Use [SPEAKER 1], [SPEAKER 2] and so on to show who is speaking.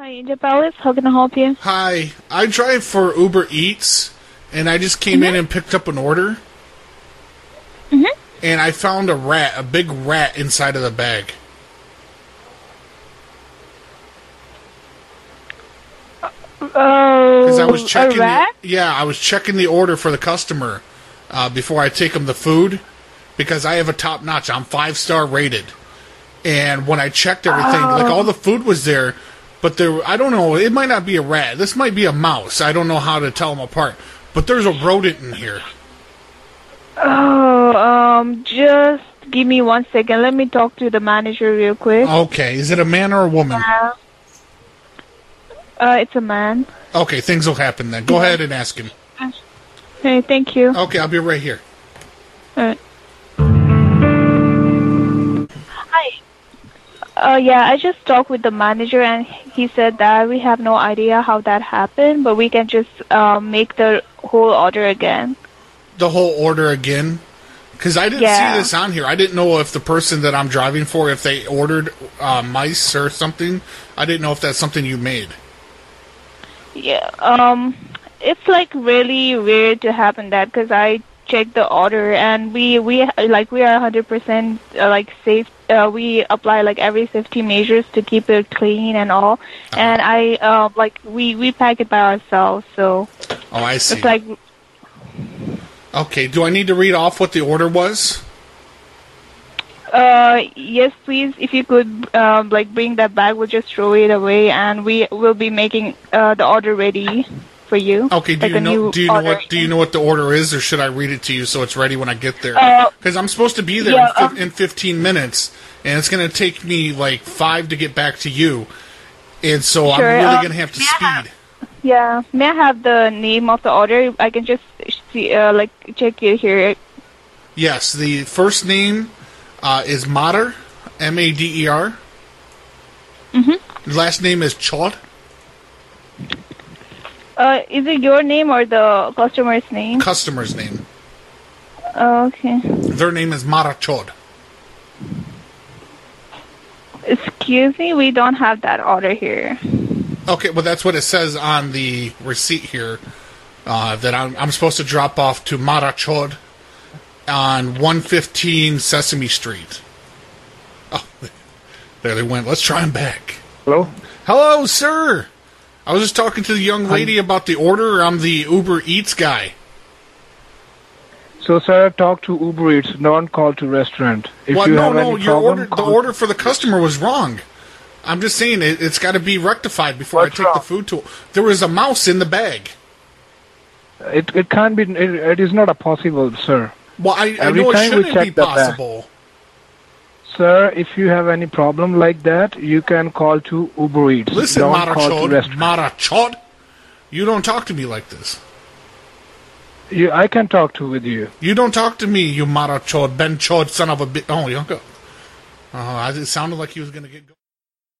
[SPEAKER 1] Angel Bellis, how can I help you?
[SPEAKER 2] Hi, I drive for Uber Eats, and I just came in
[SPEAKER 1] Mm-hmm.
[SPEAKER 2] and picked up an order,
[SPEAKER 1] hmm
[SPEAKER 2] and I found a rat, a big rat inside of the bag.
[SPEAKER 1] Oh,
[SPEAKER 2] Because I was checking,
[SPEAKER 1] a rat?
[SPEAKER 2] The, yeah, I was checking the order for the customer uh, before I take them the food, because I have a top notch. I'm five star rated, and when I checked everything,
[SPEAKER 1] Oh.
[SPEAKER 2] like all the food was there, but there, I don't know. It might not be a rat. This might be a mouse. I don't know how to tell them apart. But there's a rodent in here.
[SPEAKER 1] Oh, um, just give me one second. Let me talk to the manager real quick.
[SPEAKER 2] Okay, is it a man or a woman?
[SPEAKER 1] Uh, uh, it's a man.
[SPEAKER 2] Okay, things will happen then. Go ahead and ask him.
[SPEAKER 1] Hey, thank you. Uh,
[SPEAKER 2] Okay, I'll be right here. Uh-huh.
[SPEAKER 1] Alright. Hi. Uh, yeah, I just talked with the manager and he said that we have no idea how that happened, but we can just um, make the whole order again.
[SPEAKER 2] The whole order again. Because I didn't
[SPEAKER 1] Yeah.
[SPEAKER 2] see this on here. I didn't know if the person that I'm driving for, if they ordered uh, mice or something. I didn't know if that's something you made.
[SPEAKER 1] Yeah. Um, it's like really weird to happen that because I checked the order and we we like we are 100% uh, like safe. Uh, we apply like every safety measures to keep it clean and all. And I uh, like we we pack it by ourselves, so
[SPEAKER 2] Oh, I see.
[SPEAKER 1] it's like
[SPEAKER 2] okay, do I need to read off what the order was?
[SPEAKER 1] uh yes please if you could um like bring that back we'll just throw it away and we will be making uh the order ready for you
[SPEAKER 2] Okay, do
[SPEAKER 1] Like
[SPEAKER 2] you
[SPEAKER 1] a
[SPEAKER 2] know
[SPEAKER 1] new
[SPEAKER 2] do you know
[SPEAKER 1] order.
[SPEAKER 2] what do you know what the order is or should I read it to you so it's ready when I get there?
[SPEAKER 1] Uh,
[SPEAKER 2] Cuz I'm supposed to be there
[SPEAKER 1] yeah,
[SPEAKER 2] in, fif-
[SPEAKER 1] um,
[SPEAKER 2] in 15 minutes and it's going to take me like 5 to get back to you. And so I'm
[SPEAKER 1] Sure,
[SPEAKER 2] really
[SPEAKER 1] um,
[SPEAKER 2] going to have to
[SPEAKER 1] may I have-
[SPEAKER 2] speed.
[SPEAKER 1] yeah may i have the name of the order i can just see uh, like check it here
[SPEAKER 2] Yes, the first name uh, is Mader, M A D E R. Mm-hmm. Last name is Chod.
[SPEAKER 1] uh is it your name or the customer's name Uh,
[SPEAKER 2] Customer's name.
[SPEAKER 1] okay
[SPEAKER 2] Their name is Mara Chod.
[SPEAKER 1] excuse me we don't have that order here
[SPEAKER 2] Okay, well that's what it says on the receipt here. Uh, that I'm, I'm supposed to drop off to Mara Chod on 115 Sesame Street. Oh, there they went. Let's try them back.
[SPEAKER 3] Hello?
[SPEAKER 2] Hello, sir. I was just talking to the young
[SPEAKER 3] Um,
[SPEAKER 2] lady about the order. I'm the Uber Eats guy.
[SPEAKER 3] So, sir, talk to Uber Eats, don't call to restaurant. If
[SPEAKER 2] well,
[SPEAKER 3] you
[SPEAKER 2] no,
[SPEAKER 3] have
[SPEAKER 2] no,
[SPEAKER 3] any
[SPEAKER 2] your
[SPEAKER 3] problem,
[SPEAKER 2] order, the
[SPEAKER 3] call-
[SPEAKER 2] order for the customer was wrong. I'm just saying it, it's got to be rectified before I
[SPEAKER 3] What's
[SPEAKER 2] take the
[SPEAKER 3] wrong?
[SPEAKER 2] food to. There was a mouse in the bag.
[SPEAKER 3] It, it can't be, it, it is not a possible, sir.
[SPEAKER 2] Well, I, I
[SPEAKER 3] Every
[SPEAKER 2] know it
[SPEAKER 3] time we
[SPEAKER 2] shouldn't
[SPEAKER 3] check
[SPEAKER 2] be
[SPEAKER 3] the bag.
[SPEAKER 2] possible.
[SPEAKER 3] Sir, if you have any problem like that, you can call to Uber Eats.
[SPEAKER 2] Listen,
[SPEAKER 3] don't call to
[SPEAKER 2] Marachod,
[SPEAKER 3] restaurant.
[SPEAKER 2] Marachod, you don't talk to me like this.
[SPEAKER 3] You, I can talk to with you.
[SPEAKER 2] You don't talk to me, you Marachod, Ben Chod, son of a bit. Oh, you go. Oh, I- it Uh-huh, sounded like he was going to get. Go-